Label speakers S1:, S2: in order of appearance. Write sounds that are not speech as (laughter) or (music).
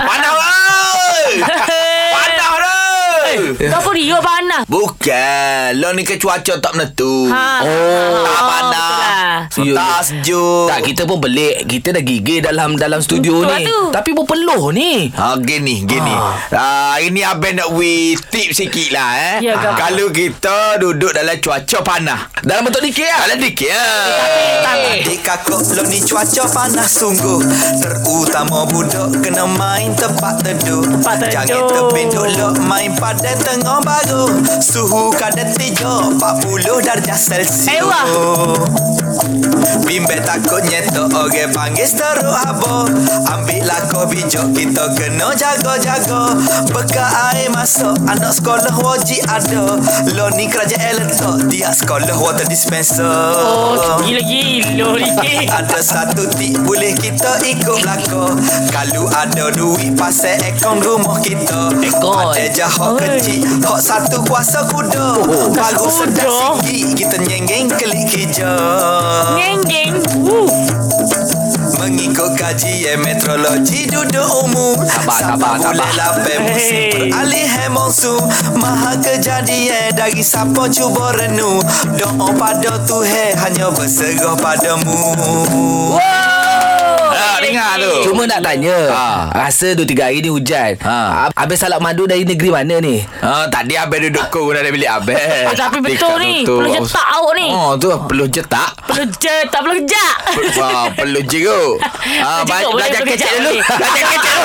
S1: (laughs) Kau pun rio panas.
S2: Bukan Lo ni ke cuaca tak menentu
S1: Ha.
S3: Oh.
S2: Tak
S1: Oh,
S2: panas
S3: betul lah.
S2: Tak sejuk
S3: Tak kita pun belik Kita dah gigih dalam dalam studio
S1: Betul
S3: ni
S1: lah tu.
S3: Tapi berpeluh ni
S2: Ha gini gini. Ha ah, ini abang nak we tip sikit lah eh.
S1: Ya, Kak.
S2: Kalau kita duduk dalam cuaca panas.
S3: Dalam bentuk dikit lah
S2: Dalam dikit ya.
S1: Eh.
S4: Di kakak lo ni cuaca panas sungguh Terutama budak kena main tempat teduh
S1: Tempat teduh.
S4: Jangan terbinduk lo main pada tengah baru Suhu kadar tiga 40 darjah Celsius
S1: Ewah.
S4: Bimbel takutnya tu orang panggil seteruk habo Ambil lah kau bijak kita kena jaga-jaga Bekal air masuk anak sekolah wajib ada Lo ni kerajaan letak dia sekolah water dispenser
S1: Oh, gila-gila ni.
S4: (laughs) ada satu tik boleh kita ikut belaka Kalau ada duit pasal ekon rumah kita
S3: Ekon.
S4: Ada jahok
S1: Oi. Oh,
S4: kecil Hok satu kuasa kuda Baru
S1: kuasa
S4: sedap
S1: kuda.
S4: sikit Kita nyenggeng kelik hijau
S1: Geng-geng. Wuh.
S4: Mengikut kajian eh, meteorologi duduk umum
S3: Sabar, sabar,
S4: boleh
S3: sabar.
S4: lapai musim
S1: Hey.
S4: peralihan monsun Maha kejadian dari siapa cuba renung Doa pada Tuhan hanya berserah padamu
S1: Wow.
S2: Ah, dengar tu.
S3: Cuma nak tanya
S2: Ha.
S3: Rasa 2-3 hari ni hujan
S2: Ha.
S3: Ab- Habis salak madu dari negeri mana ni?
S2: Ha tadi abang duduk kau dalam bilik
S3: (laughs)
S2: abang.
S1: Eh, tapi betul ni. Perlu jetak awak ni.
S2: Oh tu perlu jetak.
S1: Perlu je, tak perlu kejap.
S2: Wah, perlu jeruk. Ah,
S1: (laughs) Jeruk boleh,
S2: belajar
S1: boleh
S2: kecek
S1: kejap
S2: dulu.
S1: boleh.
S2: Belajar kecek dulu.